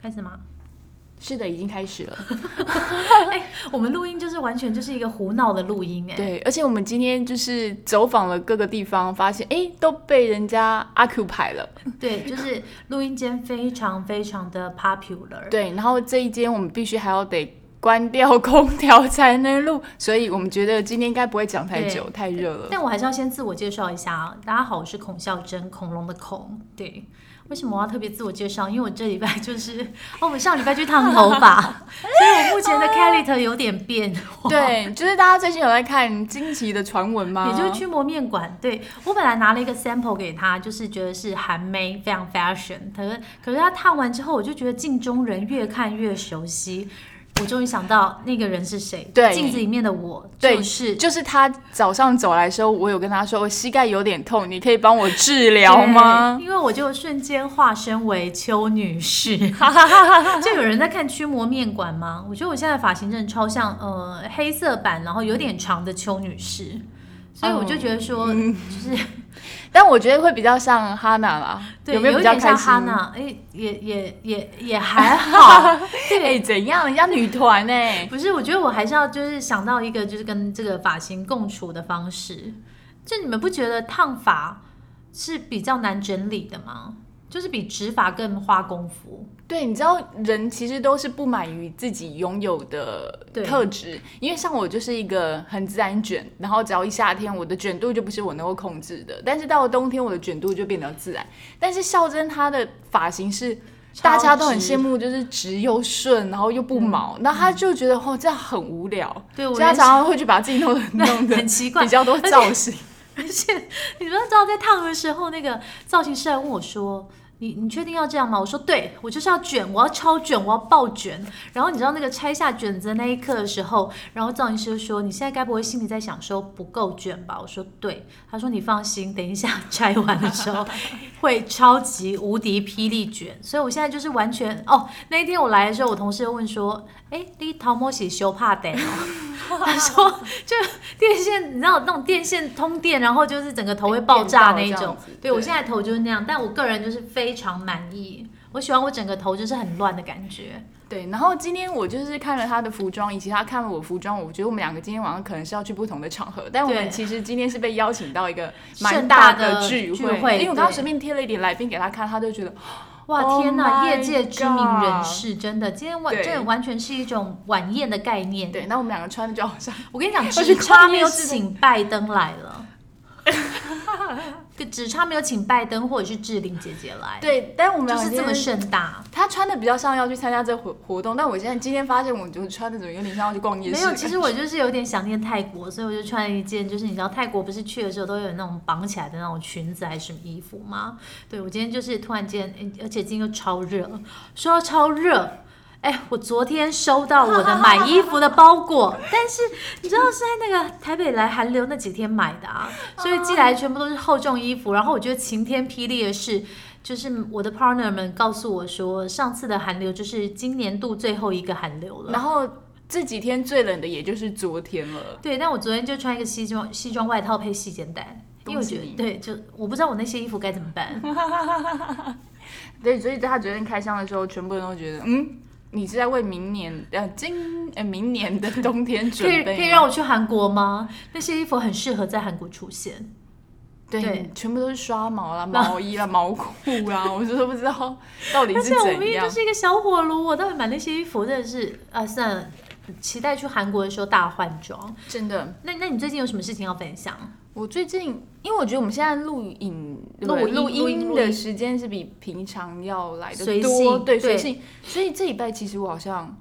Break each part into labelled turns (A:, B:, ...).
A: 开始吗？
B: 是的，已经开始了。
A: 哎、我们录音就是完全就是一个胡闹的录音哎、
B: 对，而且我们今天就是走访了各个地方，发现哎、诶都被人家 occupy 了。
A: 对，就是录音间非常非常的 popular。
B: 对，然后这一间我们必须还要得关掉空调才能录，所以我们觉得今天应该不会讲太久，
A: 对
B: 太热了。
A: 但我还是要先自我介绍一下啊，大家好，我是孔孝真，恐龙的恐。对，为什么我要特别自我介绍？因为我这礼拜就是，哦，我上礼拜去烫头 发，所以我目前的 character 有点变化。
B: 对，就是大家最近有在看惊奇的传闻吗？
A: 也就是驱魔面馆，对我本来拿了一个 sample 给他，就是觉得是韩妹非常 fashion，可是可是他烫完之后，我就觉得镜中人越看越熟悉，我终于想到那个人是谁，
B: 对
A: 镜子里面的我
B: 对
A: 就是
B: 就是他早上走来的时候，我有跟他说我膝盖有点痛，你可以帮我治疗
A: 对
B: 吗？
A: 因为我就瞬间化身为邱女 士，就有人在看驱魔面馆吗？我觉得我现在的发型真的超像呃黑色版，然后有点长的邱女士，所以我
B: 哦
A: 就觉得说，
B: 嗯
A: 就是。
B: 但我觉得会比较像哈娜啦，
A: 对，
B: 有没
A: 有
B: 比
A: 一
B: 较
A: 点
B: 开
A: 像
B: 心
A: 哈？娜，哎，也也也也还好。
B: 哎、怎样？人家女团哎、
A: 不是，我觉得我还是要就是想到一个就是跟这个发型共处的方式。就你们不觉得烫发是比较难整理的吗？就是比直发更花功夫。
B: 对，你知道人其实都是不满于自己拥有的
A: 对
B: 特质，因为像我就是一个很自然卷，然后只要一夏天，我的卷度就不是我能够控制的，但是到了冬天，我的卷度就变得自然。但是孝珍她的发型是大家都很羡慕，就是直又顺，然后又不毛，那、她就觉得哦这样很无聊，
A: 嗯对，我
B: 所以她
A: 也是
B: 常常会去把自己 弄得弄得
A: 很奇怪
B: 比较多造型。
A: 而且 你们知道，在烫的时候，那个造型师还问我说：“你你确定要这样吗？”我说：“对，我就是要卷，我要超卷，我要爆卷。”然后你知道那个拆下卷子的那一刻的时候，然后造型师就说：“你现在该不会心里在想说不够卷吧？”我说：“对。”他说：“你放心，等一下 拆完的时候会超级无敌霹雳卷。”所以我现在就是完全哦，那一天我来的时候，我同事就问说：“哎，你头毛是修怕的哦？” 他说：“就电线，你知道那种电线通电，然后就是整个头会爆炸那一
B: 电到这
A: 种
B: 样子。
A: 对我现在头就是那样，但我个人就是非常满意，我喜欢我整个头就是很乱的感觉。
B: 对，然后今天我就是看了他的服装，以及他看了我服装，我觉得我们两个今天晚上可能是要去不同的场合，但我
A: 对
B: 们其实今天是被邀请到一个蛮
A: 盛大的
B: 的聚
A: 聚会
B: 因为我刚刚
A: 对
B: 随便贴了一点来宾给他看，他就觉得
A: 哇
B: Oh
A: 天哪
B: my
A: 业界知名人
B: God
A: 士真的，今天晚
B: 对
A: 这完全是一种晚宴的概念。
B: 对，那我们两个穿的就好像
A: 我跟你讲，
B: 去
A: 只差
B: 逛
A: 没有
B: 夜市的
A: 请拜登来了， 只差没有请拜登或者是志玲姐姐来，
B: 对，但我们
A: 就
B: 两个
A: 是这么
B: 今天
A: 盛大。
B: 他穿的比较像要去参加这活活动，但我现在今天发现我就是穿的怎么有点像要去逛夜市
A: 没
B: 的
A: 有，
B: 感觉。
A: 其实我就是有点想念泰国，所以我就穿了一件，就是你知道泰国不是去的时候都有那种绑起来的那种裙子还是什么衣服吗？对我今天就是突然间，诶而且今天又超热，说到超热。哎，我昨天收到我的买衣服的包裹， 但是你知道是在那个台北来寒流那几天买的啊，所以寄来全部都是厚重衣服。然后我觉得晴天霹雳的是，就是我的 partner 们告诉我说，上次的寒流就是今年度最后一个寒流了
B: 然。后这几天最冷的也就是昨天了。
A: 对，但我昨天就穿一个西装西装外套配细肩带，因为
B: 恭
A: 我
B: 喜
A: 觉得
B: 你
A: 对，就我不知道我那些衣服该怎么 办。
B: 对，所以他昨天开箱的时候，全部人都觉得，嗯，你是在为明年呃今呃明年的冬天
A: 可
B: 准
A: 以
B: 备
A: 可
B: 吗
A: 以让我去韩国吗？那些衣服很适合在韩国出现。
B: 对，
A: 对
B: 全部都是刷毛啦、毛衣啦、毛裤啦，我真的不知道到底
A: 而
B: 是
A: 且我明
B: 怎
A: 明
B: 样
A: 就。是一个小火炉，我到底买那些衣服真的是啊，算了，期待去韩国的时候大换装。
B: 真的，
A: 那那你最近有什么事情要分享？
B: 我最近因为我觉得我们现在录影、
A: 录
B: 对录
A: 音录音
B: 音
A: 录
B: 的
A: 音
B: 时间是比平常要来的
A: 随
B: 多，
A: 性
B: 对，
A: 对
B: 随性。所以这礼拜其实我好像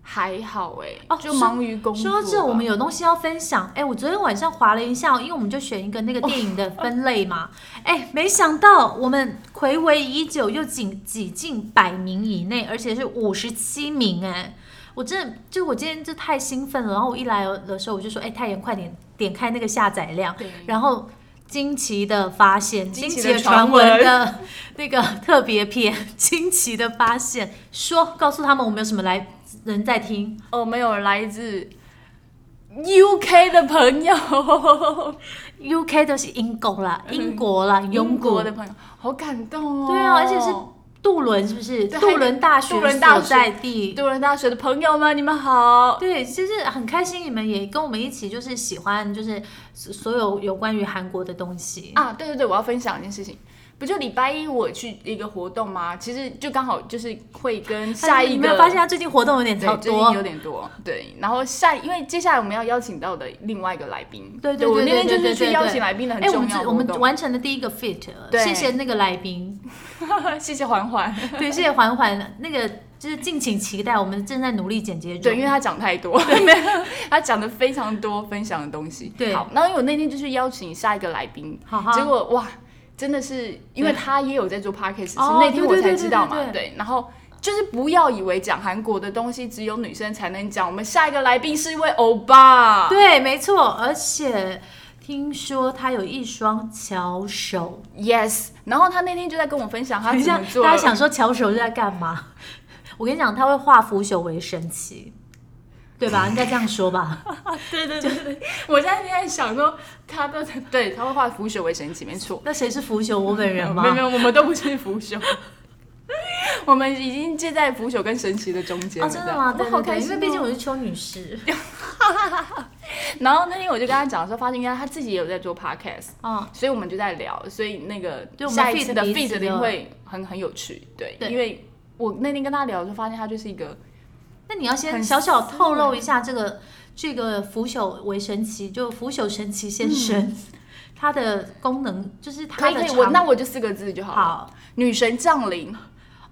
B: 还好哎、
A: 哦
B: 就
A: 说
B: 忙于工作吧。
A: 说到这，我们有东西要分享。哎，我昨天晚上划了一下哦，因为我们就选一个那个电影
B: 哦
A: 的分类嘛。哎，没想到我们暌违已久，又仅挤进百名以内，而且是五十七名。哎，我真的就我今天就太兴奋了。然后我一来的时候，我就说，哎，太妍，快点点开那个下载量。
B: 对
A: 然后惊奇的发现，惊
B: 惊
A: 奇
B: 奇
A: 的
B: 的
A: 传
B: 传
A: 闻
B: 闻
A: 的 那个特别篇，惊奇的发现，说告诉他们我们有什么来人在听。
B: 我们哦有来自 UK 的朋友，嗯
A: UK 都是英国啦，英国啦，
B: 英
A: 英
B: 国
A: 国
B: 的朋友，好感动哦！
A: 对啊而且是渡轮是不是？
B: 对
A: 渡轮大学
B: 渡轮大
A: 所
B: 学
A: 在地，
B: 杜伦大学的朋友们，你们好。
A: 对，其实很开心，你们也跟我们一起，就是喜欢，就是所所有有关于韩国的东西。
B: 啊，对对对，我要分享一件事情。不就礼拜一我去一个活动吗？其实就刚好就是会跟下一
A: 你
B: 个
A: 没有发现他最近活动有点
B: 对
A: 超
B: 最近
A: 多
B: 有？点多，对。然后下，因为接下来我们要邀请到的另外一个来宾，
A: 对对
B: 我
A: 对
B: 那
A: 对
B: 边就
A: 对对
B: 是去邀
A: 对
B: 请来宾的很
A: 哎，我
B: 重
A: 们
B: 要
A: 只
B: 的
A: 我
B: 活
A: 们
B: 动。
A: 完成了第一个 fit，了
B: 对
A: 谢谢那个来宾，
B: 谢谢环环，
A: 对，谢谢环环，那个就是敬请期待，我们正在努力剪接中。
B: 对，因为他讲 太多，他讲的非常多分享的东西。
A: 对
B: 好，那因为我那天就是邀请下一个来宾，
A: 好好
B: 结果哇，真的是因
A: 对
B: 为他也有在做 podcast，是
A: 哦
B: 那天我
A: 对对
B: 才
A: 对
B: 知道嘛
A: 对对。
B: 对，然后就是不要以为讲韩国的东西只有女生才能讲，我们下一个来宾是一位欧巴。
A: 对，没错，而且听说他有一双巧手，
B: Yes，然后他那天就在跟我分享他
A: 等一
B: 怎
A: 下
B: 么做，
A: 大家想说巧手是在干嘛？ 我跟你讲，他会化腐朽为神奇，对吧？ 应该这样说吧。
B: 对对对对，我现在在想说他的对他会化腐朽为神奇，没错。
A: 那谁是腐朽？我本人吗
B: 没？有没有，我们都不是腐 朽，我们已经介在腐朽跟神奇的中间
A: 哦，
B: 了。
A: 真
B: 这
A: 的
B: 样
A: 吗？
B: 我
A: 对对
B: 好
A: 对
B: 开心、哦
A: 因为毕竟我。是邱女士。
B: 然后那天我就跟他讲说，发现原来他自己也有在做 podcast，
A: 哦，
B: 所以我们就在聊，所以那个
A: 对我们
B: 下一次
A: feed
B: 的
A: 彼
B: feed
A: 此
B: 一定
A: 的
B: 会很很有趣，对，
A: 对
B: 因为我那天跟他聊，就发现他就是一个
A: 那你要先
B: 很
A: 小小透露一下这个这个腐朽为神奇，就腐朽神奇先生，它的功能就是
B: 可
A: 它
B: 以
A: 的
B: 嗯可以，我
A: 长
B: 那我就四个字就好了，
A: 好
B: 女神降临。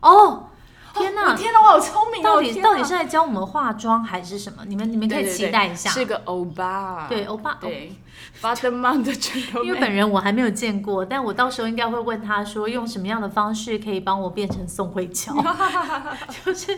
A: 哦，天
B: 我
A: 哪！
B: 天哪，我好聪明哦！
A: 到底
B: 天
A: 到底
B: 哪
A: 是在教我们化妆还是什么？你们你们可
B: 对
A: 以
B: 对
A: 期
B: 对
A: 待一下。
B: 是个欧巴，
A: 对，欧巴，
B: 对，bottom up 的全都
A: 因为本人我还没有见过，但我到时候应该会问他说，用什么样的方式可以帮我变成宋慧乔，就是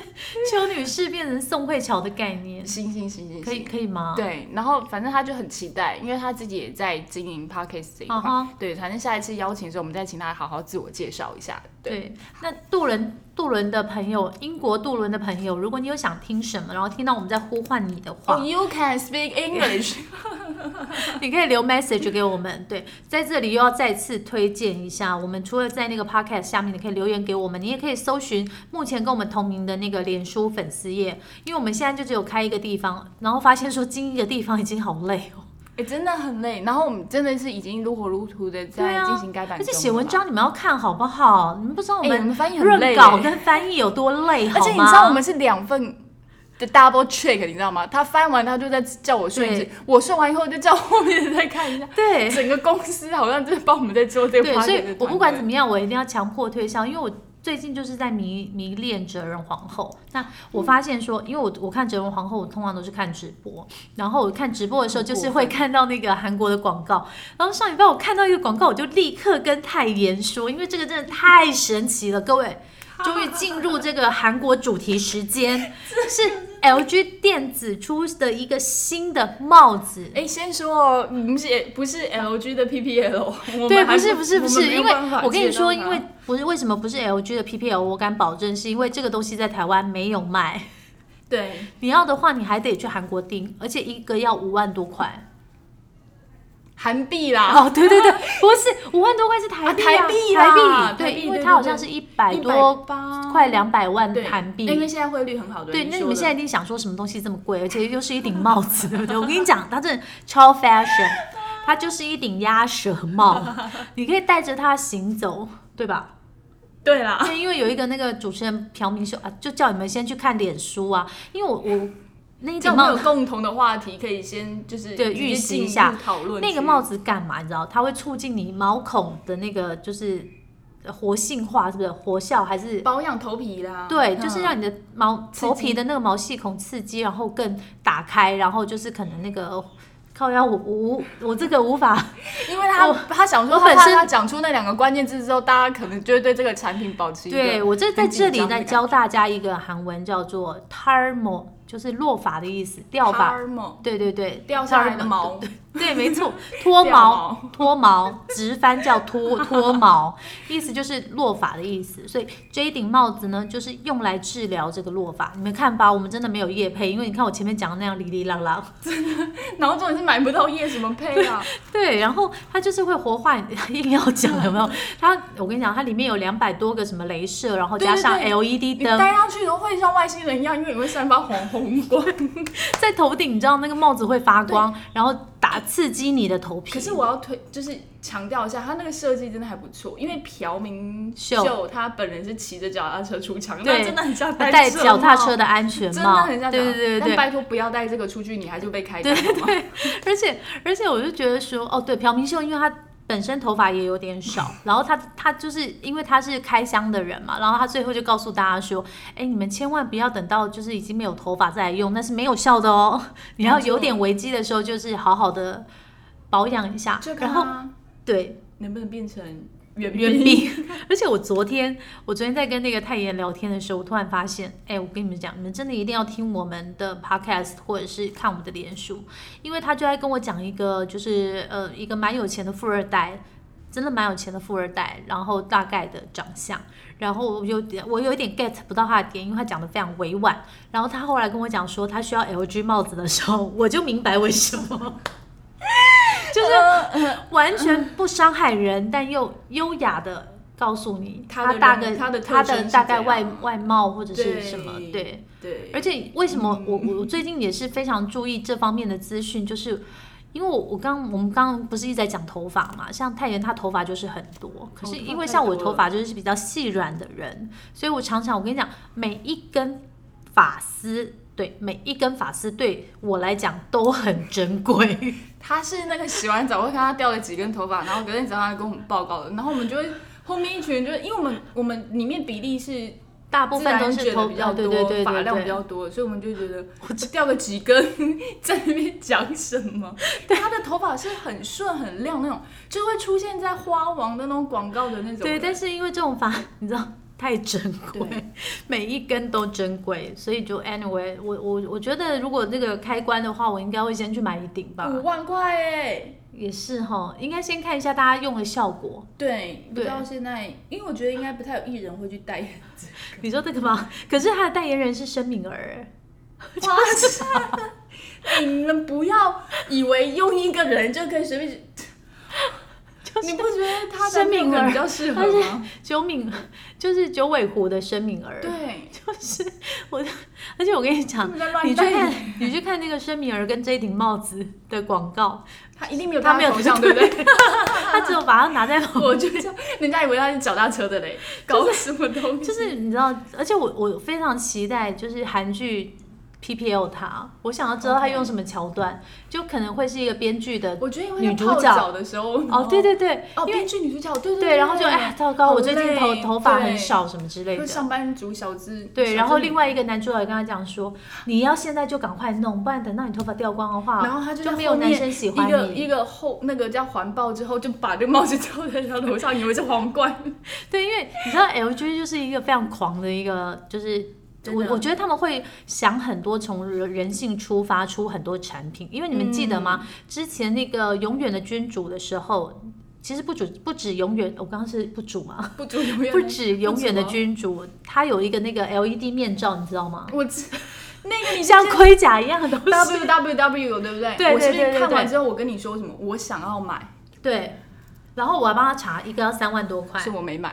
A: 邱女士变成宋慧乔的概念，
B: 行行行行
A: 可以
B: 行，
A: 可以吗？
B: 对，然后反正他就很期待，因为他自己也在经营 podcast 这一块。
A: 啊哈
B: 对，反正下一次邀请的时候，我们再请他好好自我介绍一下。对，
A: 对，那渡轮渡轮的朋友，英国渡轮的朋友，如果你有想听什么，然后听到我们在呼唤你的话，
B: 哦 you can speak English，
A: 你可以留 message 给我们。对，在这里又要再次推荐一下，我们除了在那个 podcast 下面，你可以留言给我们，你也可以搜寻目前跟我们同名的那个脸书粉丝页，因为我们现在就只有开一个地方，然后发现说经营一个地方已经好累哦。
B: 哎、真的很累。然后我们真的是已经如火如荼的
A: 对
B: 在
A: 啊
B: 进行改版、
A: 而且写文，章你们要看好不好？你们不知道我
B: 哎、我
A: 们
B: 们翻译很累
A: 润稿
B: 耶
A: 跟翻译有多累，好吗？
B: 而且你知道我们是两份的 double check，你知道吗？他翻完他就在叫我顺一次
A: 对，
B: 我顺完以后就叫后面的再看一下。
A: 对。
B: 整个公司好像就是帮我们在做这个 podcast
A: 对，
B: 的团
A: 所
B: 队。
A: 以我不管怎么样，我一定要强迫推销，因为我最近就是在迷迷恋哲人皇后。那
B: 嗯
A: 我发现说，因为我我看哲人皇后，我通常都是看直播，然后我看直播的时候，就是会看到那个韩国的广告。然后上礼拜我看到一个广告，我就立刻跟泰妍说，因为这个真的太神奇了，各位。 终于进入这个韩国主题时 间，是 LG 电子出的一个新的帽子，
B: 哎、先说哦，不是不是 LG 的 PPL，
A: 对，不是不是不是，因为我跟你说，因为
B: 哎
A: 不是为什么不是 LG 的 PPL，我敢保证是因为这个东西在台湾没有卖。
B: 对
A: 你要的话，你还得去韩国订，而且一个要五万多块。
B: 韩币啦，
A: 哦，对对对，不是五万多块是台币、啊
B: 啊啊台币
A: 台
B: 啦
A: 币，
B: 台
A: 对，
B: 币
A: 因为
B: 对
A: 它
B: 对
A: 好像
B: 对
A: 是一百多，
B: 八
A: 快两百万
B: 对
A: 韩币。
B: 因为现在汇率很好的。
A: 对，那你们现在
B: 在
A: 一定想说什么东西这么贵，而且又是一顶帽子，对不对？我跟你讲，它真的超 fashion，它就是一顶鸭舌 帽，你可以带着它行走，对吧？
B: 对啦，
A: 对，因为有一个那个主持人朴明秀啊，就叫你们先去看脸书啊，因为我我那一顶
B: 这样我们
A: 帽
B: 有共同的话题可以先就是
A: 对
B: 直接
A: 预习
B: 进
A: 一下
B: 入讨论
A: 那
B: 区
A: 个帽子干嘛？你知道，它会促进你毛孔的那个就是活性化，是不是活效还是？
B: 保养头皮啦，
A: 对，
B: 嗯
A: 就是让你的毛
B: 刺激
A: 头皮的那个毛细孔刺激，然后更打开，然后就是可能那个靠腰我无我这个无 法
B: 因为他
A: 我
B: 他想说，
A: 我
B: 他
A: 本
B: 怕
A: 身
B: 他讲出那两个关键字之后，大家可能就会对这个产品保持一个
A: 对我这在这
B: 很紧
A: 里
B: 张的
A: 呢
B: 感觉
A: 教大家一个韩文，叫做 tarmo，就是落发的意思，掉发。
B: Karma，
A: 对对对，
B: 掉下来的毛，
A: 对，没错，脱
B: 掉
A: 毛
B: 毛，
A: 脱毛，直翻叫 脱脱毛，意思就是落发的意思。所以这一顶帽子呢，就是用来治疗这个落发。你们看吧，我们真的没有夜配，因为你看我前面讲的那样哩哩啦 啦。
B: 然后重点是买不到叶什么配啊，
A: 对，然后它就是会活化，你硬要讲有没有？它，我跟你讲，它里面有两百多个什么镭射，然后加上
B: 对对
A: LED
B: 你
A: 灯，
B: 戴上去都会像外星人一样，因为你会散发黄红 光。
A: 在头顶，你知道那个帽子会发光，然后打刺激你的头皮。
B: 可是我要推，就是强调一下，他那个设计真的还不错，因为朴明
A: 秀
B: 秀他本人是骑着脚踏车出场，
A: 对
B: 那真的很像
A: 戴
B: 车
A: 脚踏
B: 帽
A: 车的安全
B: 真的
A: 帽，
B: 很像脚踏。
A: 对对对
B: 但
A: 对，
B: 拜托不要带这个出去，你还是会被开单好吗？
A: 而且而且我就觉得说，哦，对，朴明秀，因为她本身头发也有点少，然后她她就是因为她是开箱的人嘛，然后她最后就告诉大家说，哎，你们千万不要等到就是已经没有头发再来用，那是没有效的哦。 你要有点危机的时候，就是好好的保养一下
B: 就，看
A: 然后
B: 他
A: 对
B: 能不能变成圆
A: 圆
B: 饼
A: 饼。 而且我昨天，我昨天在跟那个泰妍聊天的时候，我突然发现，哎、我跟你们讲，你们真的一定要听我们的 podcast 或者是看我们的脸书，因为他就在跟我讲一个，就是呃，一个蛮有钱的富二代。真的蛮有钱的富二代，然后大概的长相，然后我有点我有一点 get 不到他的点，因为他讲的非常委婉。然后他后来跟我讲说他需要 LG 帽子的时候，我就明白为什么， 就是完全不伤害人，但又优雅的告诉你
B: 他的人
A: 大概
B: 他的特
A: 他
B: 征
A: 的
B: 是
A: 大概
B: 怎样
A: 外外貌或者是什么
B: 对
A: 对。
B: 对，
A: 而且为什
B: 嗯
A: 么我我我最近也是非常注意这方面的资讯，就是因为我我刚我们刚刚不是一直在讲头发嘛，像太原她头发就是很多，可是
B: 哦头发
A: 因为
B: 太
A: 像我
B: 多
A: 头
B: 了
A: 发就是比较细软的人，所以我常常我跟你讲，每一根发丝。对每一根发丝对我来讲都很珍 贵，
B: 他是那个洗完澡会看他掉了几根头发，然后隔天早上来跟我们报告的，然后我们就会后面一群人就因为我们我们里面比例是
A: 大部
B: 自
A: 分
B: 然
A: 都是
B: 卷的
A: 头啊
B: 比较
A: 对
B: 多，
A: 对对对
B: 发
A: 对
B: 量比较多，所以我们就觉得掉个几根 在那边讲什么？他的头发是很顺很亮那种，就会出现在花王的那种广告的那种。
A: 对，但是因为这种法， 你知道太珍贵
B: 对，
A: 每一根都珍贵，所以就 anyway，我我我觉得如果那个开关的话，我应该会先去买一顶吧。
B: 五万块哎、
A: 也是哈，应该先看一下大家用的效果。
B: 对，不
A: 对
B: 知道现在，因为我觉得应该不太有艺人会去代言。
A: 你说这个吗？可是他的代言人是申敏儿，
B: 哇塞！哎你们不要以为用一个人就可以随便去，你不觉得他的
A: 生命
B: 命
A: 而
B: 比较适合
A: 他是
B: 吗？
A: 九敏，就是九尾狐的申敏儿。
B: 对，
A: 而且我跟你
B: 他
A: 讲，
B: 们在乱
A: 你去
B: 代言
A: 看你去看那个申敏儿跟这一顶帽子的广告，
B: 他一定没有
A: 他
B: 他
A: 没有
B: 头像，对不对？
A: 他只有把它拿 在头
B: 我就这样，人家以为他是脚踏车的嘞，搞什么东西？
A: 就是你知道，而且我我非常期待就是韩剧 PPL 他，我想要知道他
B: OK
A: 用什么桥段就可能会是一个编剧的
B: 我觉得因为
A: 女
B: 他
A: 主
B: 泡
A: 角
B: 澡的时候，
A: 哦，对对对，
B: 哦，
A: 因为
B: 编剧女主角，对
A: 对，然后就哎糟糕，
B: 好
A: 我最近头
B: 累
A: 头发很
B: 对
A: 少什么之类
B: 就
A: 的。
B: 上班族小资，
A: 对，
B: 小
A: 然后
B: 资女
A: 另外一个男主角也跟他讲说，你要现在就赶快弄，不然等到你头发掉光的话，
B: 然后他就
A: 就
B: 在
A: 没有
B: 后
A: 男
B: 面
A: 生喜欢
B: 一个
A: 你。
B: 一个后那个叫环抱之后，就把这个帽子罩在他头上，以为是皇冠。
A: 对，因为你知道 LG 就是一个非常狂的一个，就是
B: 真
A: 我
B: 的
A: 我觉得他们会想很多，从人人性出发出很多产品。因为你们记得
B: 嗯
A: 吗？之前那个永远的君主的时候，其实不止不止永远，我刚刚是不主嘛，
B: 不足永远
A: 不止永远的
B: 不止
A: 君主，它有一个那个 LED 面罩，你知道吗？
B: 吗我知那个你
A: 像
B: 像
A: 盔甲一样的东西。
B: W W W 对不对？
A: 对对
B: 我是不
A: 对对
B: 是看
A: 对
B: 完之后我跟你说什么？我想要买，
A: 对，然后我还帮他查，一个要三万多块
B: 是。我没买。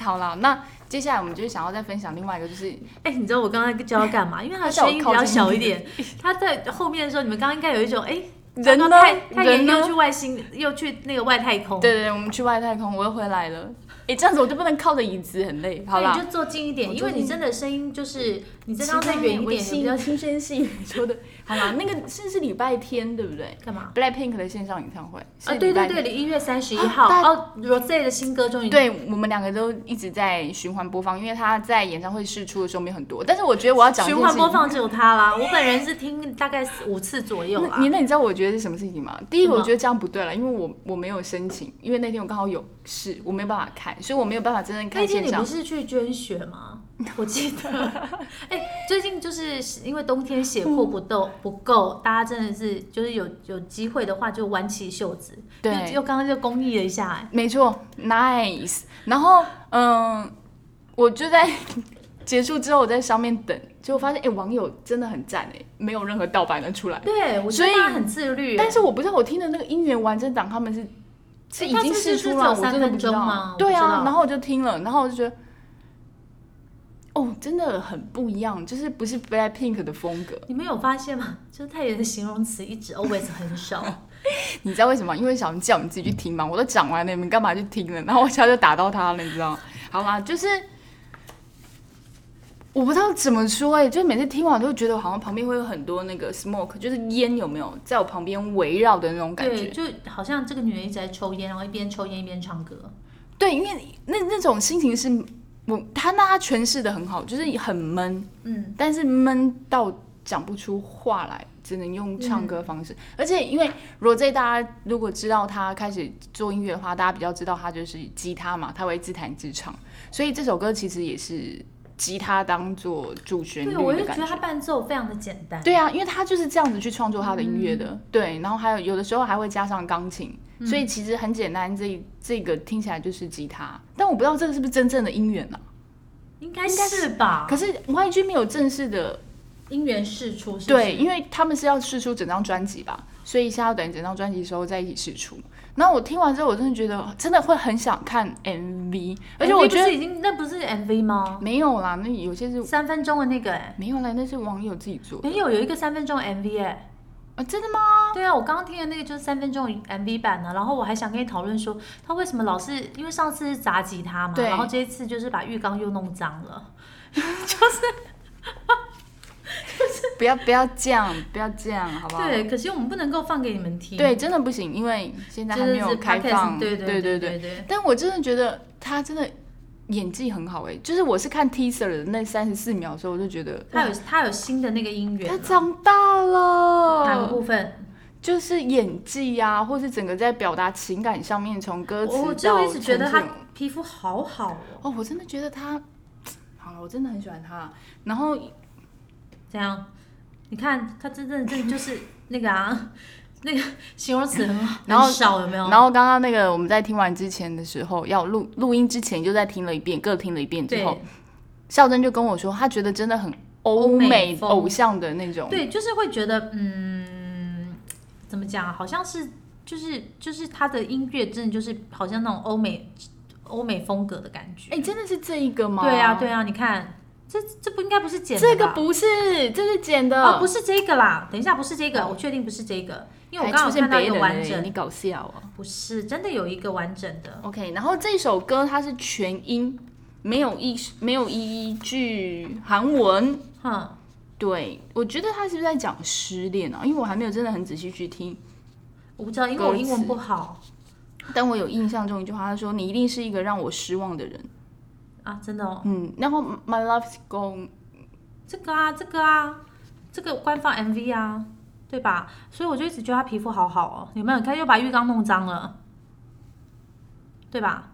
B: 好了，那接下来我们就是想要再分享另外一个，就是
A: 哎、你知道我刚才就要干嘛？因为他的
B: 他叫我
A: 声音比
B: 靠
A: 较
B: 近
A: 小
B: 一
A: 一 点，他在后面的时候，你们刚刚应该有一种哎。
B: 人
A: 刚
B: 呢
A: 刚太太
B: 人
A: 妍
B: 呢
A: 又去外星，又去那个外太空。
B: 对对对，我们去外太空，我又回来了。哎，这样子我就不能靠着椅子，很累。好
A: 那
B: 啦
A: 你，就坐近一点，
B: 我
A: 因
B: 坐
A: 为
B: 近
A: 你
B: 一
A: 真的声音就是你真的要
B: 期待
A: 再远一点，
B: 微
A: 你比
B: 信
A: 较
B: 轻声细语说的。好啦，那个是是礼拜天，对不对
A: 干嘛？
B: ？Blackpink 的线上演唱会
A: 啊，
B: 是
A: 对对
B: 礼拜
A: 对，
B: 天。
A: 一月三十一
B: 啊
A: 号
B: 大
A: 哦，Rose 的新歌终于
B: 对我们两个都一直在循环播放，因为他在演唱会试出的时候没有很多，但是我觉得我要讲一件
A: 循环
B: 事
A: 播
B: 情
A: 放只有它啦。我本人是听大概四五次左右
B: 那
A: 啦
B: 你。那你知道我觉得是什么事情吗？第一
A: 啊什
B: 个，
A: 么
B: 我觉得这样不对了，因为我我没有申请，因为那天我刚好有事，我没有办法看。看，所以我没有办法真正
A: 那
B: 看
A: 天
B: 现
A: 你不
B: 场。
A: 是去捐血 吗？我记得， 哎、最近就是因为冬天
B: 嗯
A: 血库不够不够，大家真的是就是有有机会的话就挽起袖子，
B: 对
A: 又又刚刚就公益了一下、哎，
B: 没错，nice。然后，嗯，我就在 结束之后，我在上面等，结果发现，哎、网友真的很赞哎、没有任何盗版的出来。
A: 对我觉
B: 所
A: 得
B: 以
A: 大家很自律、
B: 但是我不知道，我听的那个音源完整档他们是是已
A: 它
B: 经
A: 是
B: 试
A: 是
B: 出
A: 只
B: 了，
A: 有
B: 我
A: 三
B: 真的
A: 分
B: 不知
A: 钟
B: 道
A: 吗我
B: 对
A: 不知道
B: 啊，然后我就听了，然后我就觉得。哦，真的很不一样，就是不是 Blackpink 的风格。
A: 你们有发现吗？就是太原的形容词一 直 always 很少，
B: 你知道为什么？因为小明叫你自己去听嘛，我都讲完了，你们干嘛去听了？然后我一下就打到他了，你知道？好啦，就是我不知道怎么说哎、就每次听完都会觉得好像旁边会有很多那个 smoke，就是烟有没有在我旁边围绕的那种感
A: 对，
B: 觉？
A: 就好像这个女人一直在抽烟，然后一边抽烟一边唱歌，
B: 对，因为那那种心情是，我他那他诠释的很好，就是很闷，
A: 嗯，
B: 但是闷到讲不出话来，只能用唱歌方
A: 嗯
B: 式。而且因为罗 J 大家如果知道他开始做音乐的话，大家比较知道他就是吉他嘛，他会自弹自唱，所以这首歌其实也是吉他当做主旋律
A: 对，我
B: 的
A: 就觉
B: 感
A: 得
B: 觉
A: 她。伴奏非常的简单，
B: 对啊，因为他就是这样子去创作他的音乐的，
A: 嗯
B: 对，然后还有有的时候还会加上钢琴，所以其实很简单，这这个听起来就是吉他，但我不知道这个是不是真正的音源啊。
A: 应该是吧？
B: 可是 YG 没有正式的
A: 音源释出是不是
B: 对，，因为他们是要试出整张专辑吧，所以现在要等整张专辑的时候再一起试出。然后我听完之后，我真的觉得真的会很想看 MV，而且
A: MV
B: 我觉
A: 不
B: 得
A: 是已经那不是 MV 吗？
B: 没有啦，那有些是
A: 三分钟的那个哎、
B: 没有啦，那是网友自己做的
A: 没有有一个三分钟 MV 哎、
B: 啊，真的吗？
A: 对啊，我刚刚听的那个就是三分钟 MV 版的，然后我还想跟你讨论说，他为什么老是因为上次是砸吉他嘛，
B: 对
A: 然后这一次就是把浴缸又弄脏了，
B: 不要不要这样，不要这样，好不好？
A: 对，可惜我们不能够放给你们听，
B: 对，，真的不行，因为现在
A: 真
B: 还
A: 的
B: 没
A: 是
B: 有开
A: podcast，
B: 放。
A: 对
B: 对
A: 对
B: 对
A: 对对，
B: 但我真的觉得他真的演技很好哎、就是我是看 teaser 的那三十四秒的时候，我就觉得
A: 他
B: 哇
A: 有他有新的那个音
B: 他
A: 源，
B: 长大了，
A: 哪个部分？
B: 就是演技啊，或是整个在表达情感上面，从歌词到
A: 我就一直觉得
B: 呈
A: 他
B: 现
A: 皮肤好好哦，
B: 哦，我真的觉得他好了，我真的很喜欢他。然后
A: 这样，你看他真正真的就是那个啊， 那个形容词很 好
B: 然后
A: 很少有没有？
B: 然后刚刚那个我们在听完之前的时候，要录录音之前就在听了一遍，各听了一遍之后
A: 对，
B: 孝珍就跟我说，她觉得真的很
A: 欧
B: 欧
A: 美
B: 美
A: 风
B: 偶像的那种，
A: 对，就是会觉得嗯，怎么讲啊？好像是就是就是他的音乐真的就是好像那种欧美欧美风格的感觉。
B: 哎、真的是这一个吗？
A: 对啊，对啊，你看这这不应该不是剪的
B: 这个
A: 吧
B: 不是，这是剪的，
A: 哦不是这个啦，等一下不是这个，我确定不是这个，因为我刚
B: 还
A: 好
B: 出现
A: 看到
B: 别
A: 一
B: 人
A: 个完
B: 嘞你
A: 整，
B: 搞笑哦。
A: 不是真的有一个完整的。
B: OK，然后这首歌它是全英，没有一没有一句韩文。
A: 哼，
B: 对，我觉得他是不是在讲失恋啊？因为我还没有真的很仔细去听，
A: 我不知道，因为我
B: 歌
A: 英文
B: 词
A: 不好
B: 但我有印象中一句话，他说：“你一定是一个让我失望的人。
A: 啊，真的哦”。
B: 嗯，然后 My love's gone，
A: 这个啊，这个啊，这个官方 MV 啊，对吧？所以我就一直觉得他皮肤好好哦，有没有？你看又把浴缸弄脏了，对吧？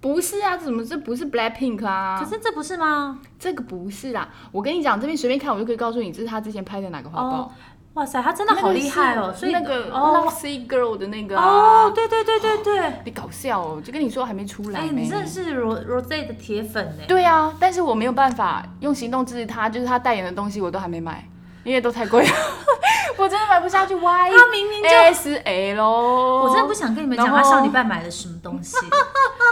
B: 不是啊，怎么这不是 Blackpink 啊？
A: 可是这不是吗？
B: 这个不是啦，我跟你讲，这边随便看我就可以告诉你，这是他之前拍的哪个花豹。
A: 哦，哇塞，他真的好厉害
B: 那
A: 哦！
B: 个是
A: 所以
B: 那个
A: 哦
B: Lovesy Girl 的那个啊，
A: 哦，对对对对对，
B: 你搞笑哦，就跟你说还没出来
A: 哎，
B: 没。
A: 你真的是 Ro Rose 的铁粉呢。
B: 对啊，但是我没有办法用行动支持他，就是他代言的东西我都还没买，因为都 太贵了，我真的买不下去。Y
A: 他明明就
B: S L，我
A: 哎我真的不想跟你们讲
B: 然
A: 他
B: 后
A: 上礼拜买了什么 东西，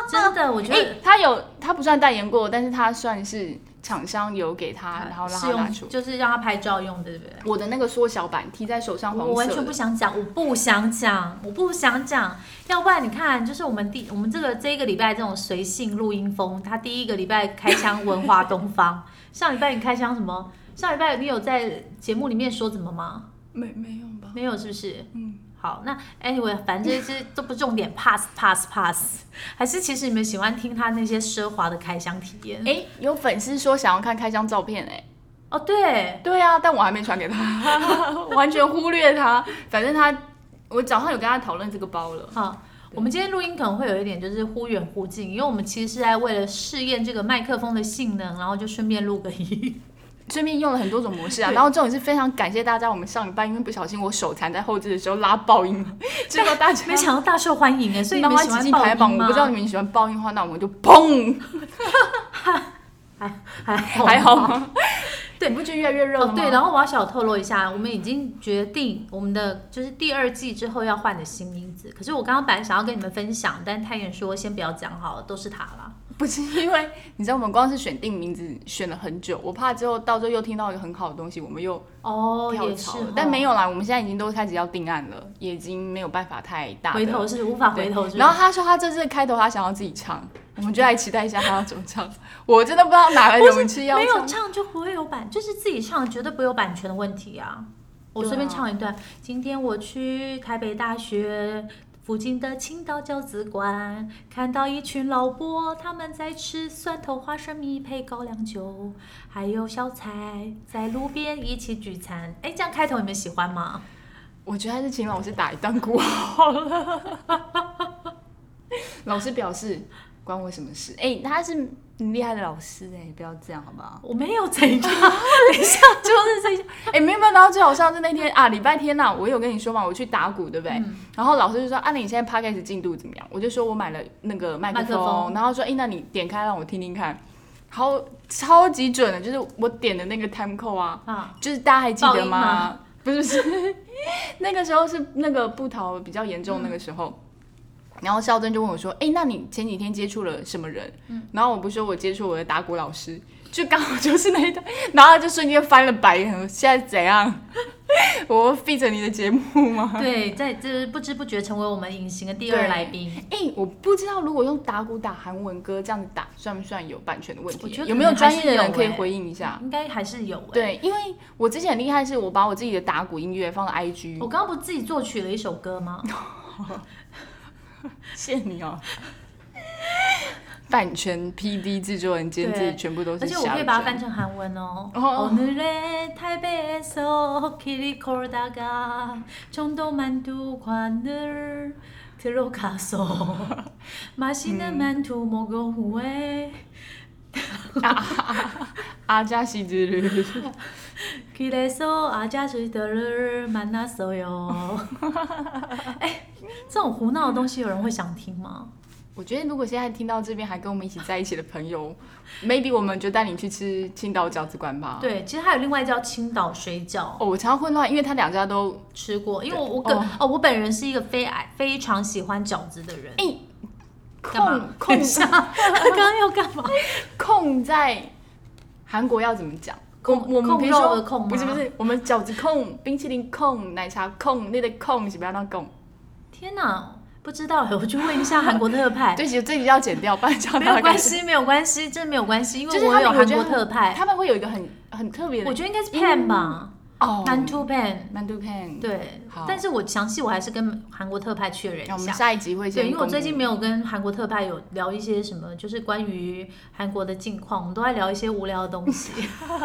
A: 真的，我觉
B: 哎、
A: 得
B: 他有他不算代言过，但是他算是厂商有给他，然后让
A: 是
B: 他拿
A: 用
B: 出。
A: 就是让他拍照用的，对不对？
B: 我的那个缩小版贴在手上，
A: 我
B: 黄
A: 完
B: 色
A: 全不
B: 的。
A: 想讲，我不想讲，我不想讲。要不然你看，就是我们第我们这个这一个礼拜这种随性录音风，他第一个礼拜开 箱文华东方，上礼拜你开箱什么？上礼拜你有在节目里面说什么吗？
B: 没没有吧？
A: 没有，是不是？
B: 嗯，
A: 好，那 anyway，反正这些都不重点，pass pass pass。还是其实你们喜欢听他那些奢华的开箱体验？
B: 哎、有粉丝说想要看开箱照片、哎。
A: 哦，对，
B: 对啊，但我还没传给 他，完全忽略他。反正他，我早上有跟他讨论这个包了。
A: 好，我们今天录音可能会有一点就是忽远忽近，因为我们其实是在为了试验这个麦克风的性能，然后就顺便录个音。
B: 顺便用了很多种模式啊，
A: 对
B: 然后这种是非常感谢大家。我们上礼拜因为不小心我手残在后置的时候拉爆音了， 结果大 家
A: 没想到大受欢迎哎，所以你
B: 当
A: 们
B: 它
A: 喜
B: 挤
A: 欢
B: 进
A: 爆音
B: 排榜，
A: 吗
B: 我不知道你们喜欢爆音的话，那我们就 砰，
A: 还好
B: 还好吗？
A: 对
B: 你不觉得越来越热了
A: 哦
B: 吗？，
A: 对，然后我要小透露一下，我们已经决定我们的就是第二季之后要换的新名字。可是我刚刚本来想要跟你们分享，但太远说先不要讲好了，都是他啦。
B: 不是因为你知道，我们光是选定名字选了很久，我怕之后到时候又听到一个很好的东西，我们又
A: 哦，
B: 跳
A: 也
B: 槽
A: 是
B: 了。
A: 哦，
B: 但没有啦，我们现在已经都开始要定案了，也已经没有办法太大的
A: 回头是无法回头是不是，
B: 然后他说他这次开头他想要自己唱，我们就来期待一下他要怎么唱。我真的不知道哪来勇气要
A: 没有
B: 唱。
A: 唱就不会有版，就是自己唱绝对不会有版权的问题啊。我
B: 对啊
A: 随便唱一段，今天我去台北大学。附近的青岛饺子馆，看到一群老伯，他们在吃蒜头花生米配高粱酒，还有小菜，在路边一起聚餐。哎，这样开头你们喜欢 吗？
B: 我觉得还是请老师打一段鼓好了。 老师表示关我什么事？哎、他是很厉害的老师哎、不要这样好不好？
A: 我没有怎 样，等一下
B: 就是这些，哎、没有没有，然后最好像是那天啊，礼拜天呐、我有跟你说嘛，我去打鼓，对不对？
A: 嗯
B: 然后老师就说啊，那你现在 podcast 进度怎么样？我就说我买了那个麦克
A: 麦克风
B: 然后说，哎、那你点开让我听听看，然后超级准的，就是我点的那个 time code 啊，
A: 啊，
B: 就是大家还记
A: 爆
B: 得
A: 音
B: 吗？
A: 吗
B: 不是不是， 那个时候是那个布桃比较严重，那个时候。然后孝珍就问我说：“哎、那你前几天接触了什么人？”然后我不是说我接触我的打鼓老师，就刚好就是那一段， 然后他就瞬间翻了白眼，我现在怎样？ 我 fit 你的节 目吗？
A: 对，在这不知不觉成为我们隐形的第二
B: 对
A: 来宾。
B: 哎、我不知道如果用打鼓打韩文歌这样子打，算不算有版权的问
A: 我
B: 题
A: 觉？得
B: 有没有
A: 可能还
B: 专
A: 是
B: 业的人可以
A: 有欸
B: 回应一下？
A: 应该还是有哎、
B: 对，因为我之前很厉害，是我把我自己的打鼓音乐放到 IG，
A: 我刚刚不是自己作曲了一首歌吗？
B: 谢谢你哦。版权 PD 制作人监制
A: 对
B: 全部 都
A: 而
B: 是
A: 且
B: 夏
A: 我
B: 雨珍，
A: 可以把它翻成韩文哦。
B: 哦
A: 오늘의타이베에서길이걸다가청도만두관을들어가 서 맛있는 만두 먹은 후에
B: 阿加西 之旅。
A: 길에서 아저씨들을 만났어요.哎，这种胡闹的东西有人会想听吗？
B: 我觉得如果现在听到这边还跟我们一起在一起的朋友，maybe 我们就带你去吃青岛饺子馆吧。
A: 对，其实还有另外一叫青岛水饺。
B: 哦，我常常混乱，因为他两家都，
A: 吃过，因为
B: 对
A: 我我本
B: 哦
A: 哦我本人是一个非爱非常喜欢饺子 的人。
B: 哎、
A: 干嘛
B: 空？
A: 等一
B: 空
A: 下， 刚刚要干嘛？
B: 空在韩国要怎么讲？我
A: 控
B: 我们
A: 控
B: 比如
A: 肉
B: 说
A: 的控吗
B: 不是不是，我们饺子控、冰淇淋控、奶茶控，那个控是不要当控。
A: 天哪，不知道哎， 我去问一下韩国特派。
B: 对，其实这集要剪掉，不然这样
A: 没
B: 大
A: 有
B: 家
A: 关
B: 感觉
A: 系，没有关系，真的没有关系，因
B: 就
A: 为
B: 是
A: 我
B: 他
A: 有
B: 们
A: 韩
B: 我觉
A: 国
B: 得
A: 特派，
B: 哎他们会有一个很很特别的，
A: 我觉得应该是 pan 吧
B: 哦，
A: ，man to pan。
B: 曼杜片，，
A: 对
B: 好，
A: 但是我详细我还是跟韩国特派确认
B: 那我
A: 一
B: 们
A: 下。
B: 下一集会先
A: 对，因为我最近
B: 公
A: 没有跟韩国特派有聊一些什么，就是关于韩国的近况，我们都在聊一些无聊的东西。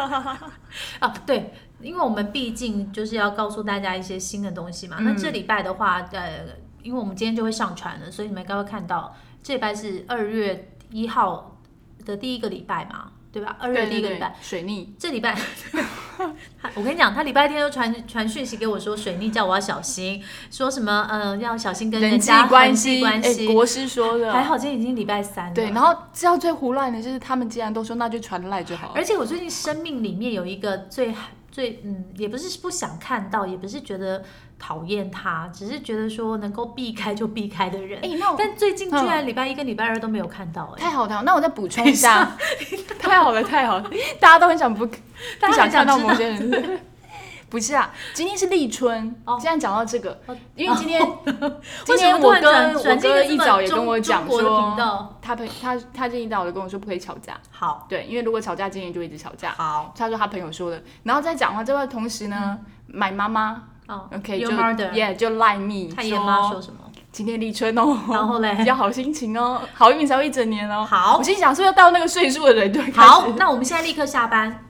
A: 啊，对，因为我们毕竟就是要告诉大家一些新的东西嘛。那这
B: 嗯
A: 礼拜的话，呃，因为我们今天就会上传了，所以你们应该会看到，这礼拜是二月一号的第一个礼拜嘛，对吧？二
B: 布
A: 月
B: 对
A: 第
B: 对
A: 一个礼
B: 对
A: 拜，
B: 水逆，
A: 这礼拜， 他我跟你讲，他礼拜天就传传讯息给我说，水逆叫我要小心，说什么嗯、呃要小心跟
B: 人
A: 人
B: 际
A: 家
B: 关
A: 人
B: 系，
A: 际关
B: 哎
A: 系。
B: 国师说
A: 还
B: 的，
A: 好今天已经礼拜三了。
B: 对，然后知道最胡乱的就是他们竟然都说那就传赖就好了，
A: 而且我最近生命里面有一个最最嗯，也不是不想看到，也不是觉得讨厌他，只是觉得说能够避开就避开的人。
B: 哎，嗯那我
A: 但最近居然礼拜一跟礼拜二都没有看到、哎、
B: 太好了，太好了那我再补充一下， 太好了，太好了，大家都很想不
A: 大
B: 不
A: 家
B: 想
A: 很
B: 看到
A: 知
B: 某
A: 道
B: 些人。 不是啊，今天是立春。
A: 哦
B: 既然讲到这个
A: 哦，
B: 因为今天、 今
A: 为什
B: 天
A: 么突
B: 我
A: 然转
B: 跟我
A: 转进
B: 哥
A: 个这
B: 一
A: 么
B: 早也
A: 中
B: 跟我讲
A: 中国的频
B: 说，
A: 道？
B: 他朋他他今天一早就跟我说不可以吵架，
A: 好，
B: 对，因为如果吵架今天就一直吵架。
A: 好，
B: 他说他朋友说的，然后在讲话这块同时呢，买妈妈
A: 哦
B: OK
A: Your
B: 就
A: mother，
B: yeah 就赖 me
A: 看爷妈说什么？
B: 今天立春哦，
A: 然后嘞
B: 比较好心情哦，好运才会一整年哦。
A: 好
B: 我心想是不是到那个岁数的人就会开始
A: 好，那我们现在立刻下班。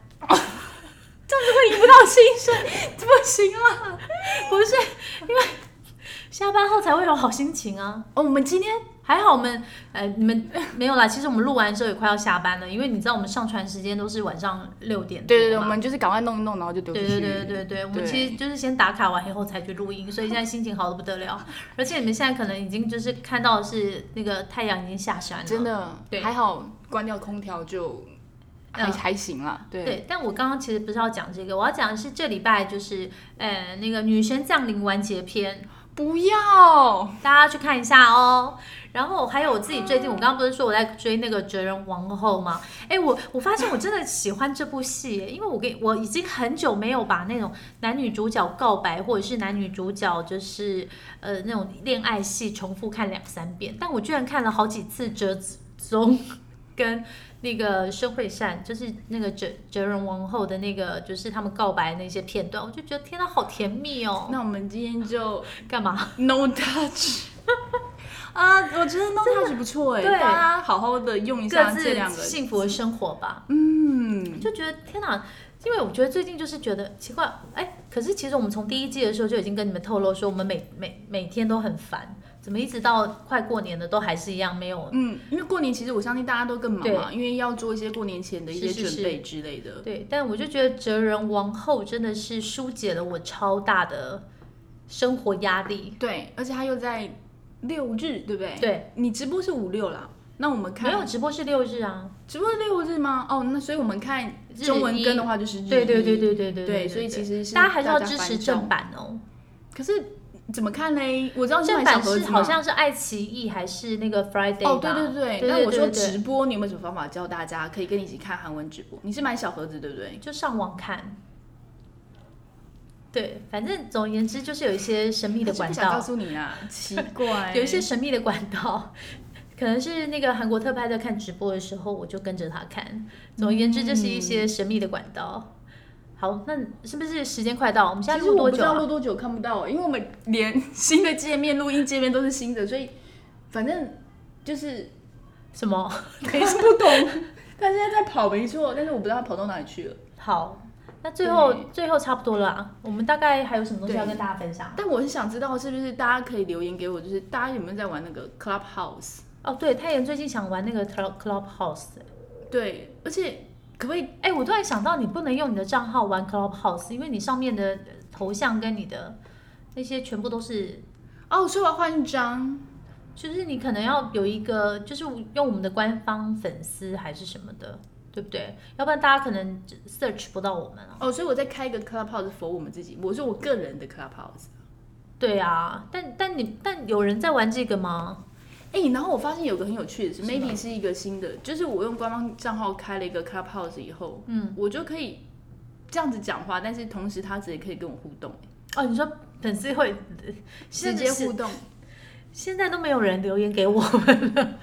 B: 这样子会赢不到新生，这不行啊！
A: 不是，因为下班后才会有好心情啊。
B: 哦，我们今天
A: 还好我们呃你们没有啦，其实我们录完之后也快要下班了，因为你知道我们上传时间都是晚上六点多
B: 对
A: 嘛。
B: 对对，我们就是赶快弄一弄，然后就丢出
A: 对
B: 去。
A: 对对对对对，我们
B: 对
A: 其实就是先打卡完以后才去录音，所以现在心情好的不得 了。而且你们现在可能已经就是看到的是那个太阳已经下山了，
B: 真。的
A: 对
B: 还好，关掉空调就还、
A: 嗯
B: 还行啦。对，
A: 对，但我刚刚其实不是要讲这个，我要讲的是这礼拜就是，呃，那个《女神降临》完结篇，
B: 不要
A: 大家去看一下哦。然后还有我自己最近，我刚刚不是说我在追那个《哲人王后》吗？哎，我我发现我真的喜欢这部戏耶，因为我给我已经很久没有把那种男女主角告白或者是男女主角就是呃那种恋爱戏重复看两三遍，但我居然看了好几次《哲子宗》跟那个申惠善，就是那个哲哲人王后的那个，就是他们告白那些片段，我就觉得天哪，好甜蜜哦！
B: 那我们今天就
A: 干嘛？
B: no touch。啊，我觉得 no touch 不错哎，
A: 对
B: 大家好好的用一
A: 各
B: 下这
A: 自
B: 两个。
A: 幸福的生活吧。
B: 嗯，
A: 就觉得天哪，因为我觉得最近就是觉得奇怪，哎，可是其实我们从第一季的时候就已经跟你们透露说，我们每每每天都很烦，怎么一直到快过年了都还是一样没有。
B: 嗯，因为过年其实我相信大家都更忙嘛，因为要做一些过年前的一些
A: 是是是
B: 准备之类的。
A: 对，但我就觉得《哲人王后》真的是疏解了我超大的生活压力。
B: 对，而且他又在六日，对不对？，
A: 对，
B: 你直播是五六啦，那我们
A: 没
B: 看
A: 有直播是六日啊。
B: 直播是六日吗？哦，那所以我们看
A: 日
B: 中文
A: 一
B: 跟的话就是日
A: 对对对
B: 一
A: 对对对
B: 对，所以其实是
A: 大家还是要支
B: 翻
A: 持
B: 照
A: 正。版哦。
B: 可是怎么看嘞？我知道你
A: 正
B: 买小
A: 版
B: 盒
A: 是
B: 子
A: 好
B: 嘛。
A: 像是爱奇艺还是那个 Friday
B: 哦，对
A: 吧
B: 对对，
A: 对
B: 那
A: 对
B: 我
A: 对
B: 说
A: 对
B: 直播，你有没有什么方法教大家可以跟你一起看韩文直播？你是买小盒子对不对？
A: 就上网看。对，反正总而言之，就是有一些神秘的
B: 我就
A: 管
B: 不想告
A: 道，
B: 诉你啊，奇怪，
A: 有一些神秘的管道， 可能是那个韩国特派在看直播的时候，我就跟着他看。总而言之，就是一些神秘的管道。好，那是不是时间快到？我们现
B: 其
A: 在
B: 实
A: 录
B: 我
A: 多
B: 不知
A: 久
B: 道
A: 啊、
B: 录多久看不到，因为我们连新的界面、录音界面都是新的，所以反正就是
A: 什么？
B: 没是 不懂。他现在在跑，没错，但是我不知道他跑到哪里去了。
A: 好，那最后
B: 对
A: 最后差不多了啊。我们大概还有什么东西
B: 对
A: 要跟大家分享？
B: 但我是想知道，是不是大家可以留言给我，就是大家有没有在玩那个 Clubhouse？
A: 哦，对，泰妍最近想玩那个 Club Clubhouse，欸
B: 对，而且可不可以？
A: 哎、我突然想到，你不能用你的账号玩 Clubhouse，因为你上面的头像跟你的那些全部都是，
B: 哦，所以我要换一张。
A: 就是你可能要有一个，就是用我们的官方粉丝还是什么的，对不对？要不然大家可能 search 不到我们啊。
B: 哦，所以我再开一个 Clubhouse for 我们自己，我是我个人的 Clubhouse。
A: 对啊，但但你但有人在玩这个吗？
B: 哎、然后我发现有个很有趣的是
A: 是吗
B: ，maybe 是一个新的，就是我用官方账号开了一个 Clubhouse 以后，
A: 嗯，
B: 我就可以这样子讲话，但是同时他也可以跟我互动，
A: 哦，你说粉丝会
B: 直
A: 现在
B: 接
A: 是
B: 互动，
A: 现在都没有人留言给我们，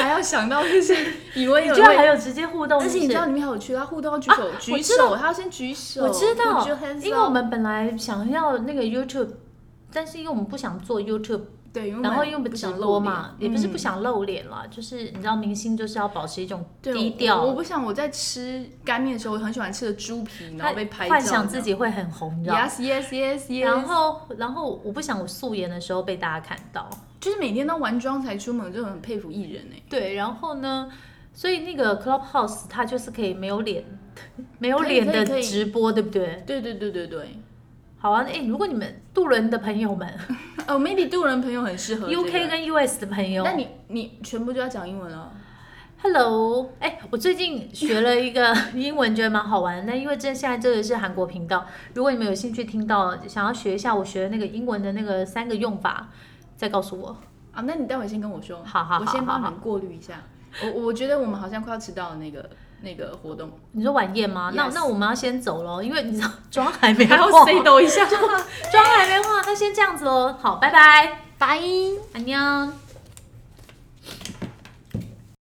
B: 还要想到 就是以为
A: 你
B: 有
A: 居然
B: 人
A: 还
B: 会。
A: 有直接互动，
B: 而且你
A: 是不
B: 知
A: 是
B: 道里面还有趣，他互动要举手，
A: 啊我
B: 举
A: 知道
B: 手，他要先举手。
A: 我知道
B: Put your hands，up
A: 因为我们本来想要那个 YouTube，但是因为我们不想做 YouTube，
B: 对，因为
A: 然后因为我们
B: 我们不
A: 直
B: 想
A: 播
B: 露
A: 嘛，也
B: 脸
A: 不是不
B: 嗯
A: 想露脸啦，就是你知道明星就是要保持一种
B: 对
A: 低
B: 我
A: 调，
B: 我不想我在吃干面的时候，我很喜欢吃的猪皮，然
A: 他
B: 后被拍照，
A: 幻想自己会很红，你
B: 你
A: 知
B: 知
A: 道
B: 道
A: 吗
B: 吗。Yes, yes, yes, yes。
A: 然后，然后我不想我素颜的时候被大家看到。
B: 就是每天都玩妆才出门，我就很佩服艺人哎、
A: 对，然后呢，所以那个 Clubhouse 它就是可以没有脸、没有
B: 可以
A: 脸
B: 可以
A: 的
B: 可以
A: 直播，对不对？
B: 对对对对对，
A: 好啊，哎，如果你们渡轮的朋友们、
B: 哦，maybe 渡人朋友很适合、这
A: u
B: 个
A: k 跟 US 的朋友，
B: 那你你全部就要讲英文了。
A: Hello，哎、我最近学了一个 英文，觉得蛮好玩的。那因为这现在这个是韩国频道，如果你们有兴趣听到，想要学一下我学的那个英文的那个三个用法，再告诉我。
B: 啊，那你待会先跟我说，
A: 好好好
B: 我先帮
A: 好
B: 你过滤一下。我我觉得我们好像快要迟到了那个那个活动，
A: 你说晚宴吗那
B: Yes
A: 那我们要先走喽，因为你知道 妆还没
B: 还要
A: 化，
B: say 抖一下。
A: 妆还没化，那先这样子喽。好，拜拜，
B: 拜。
A: 安妞。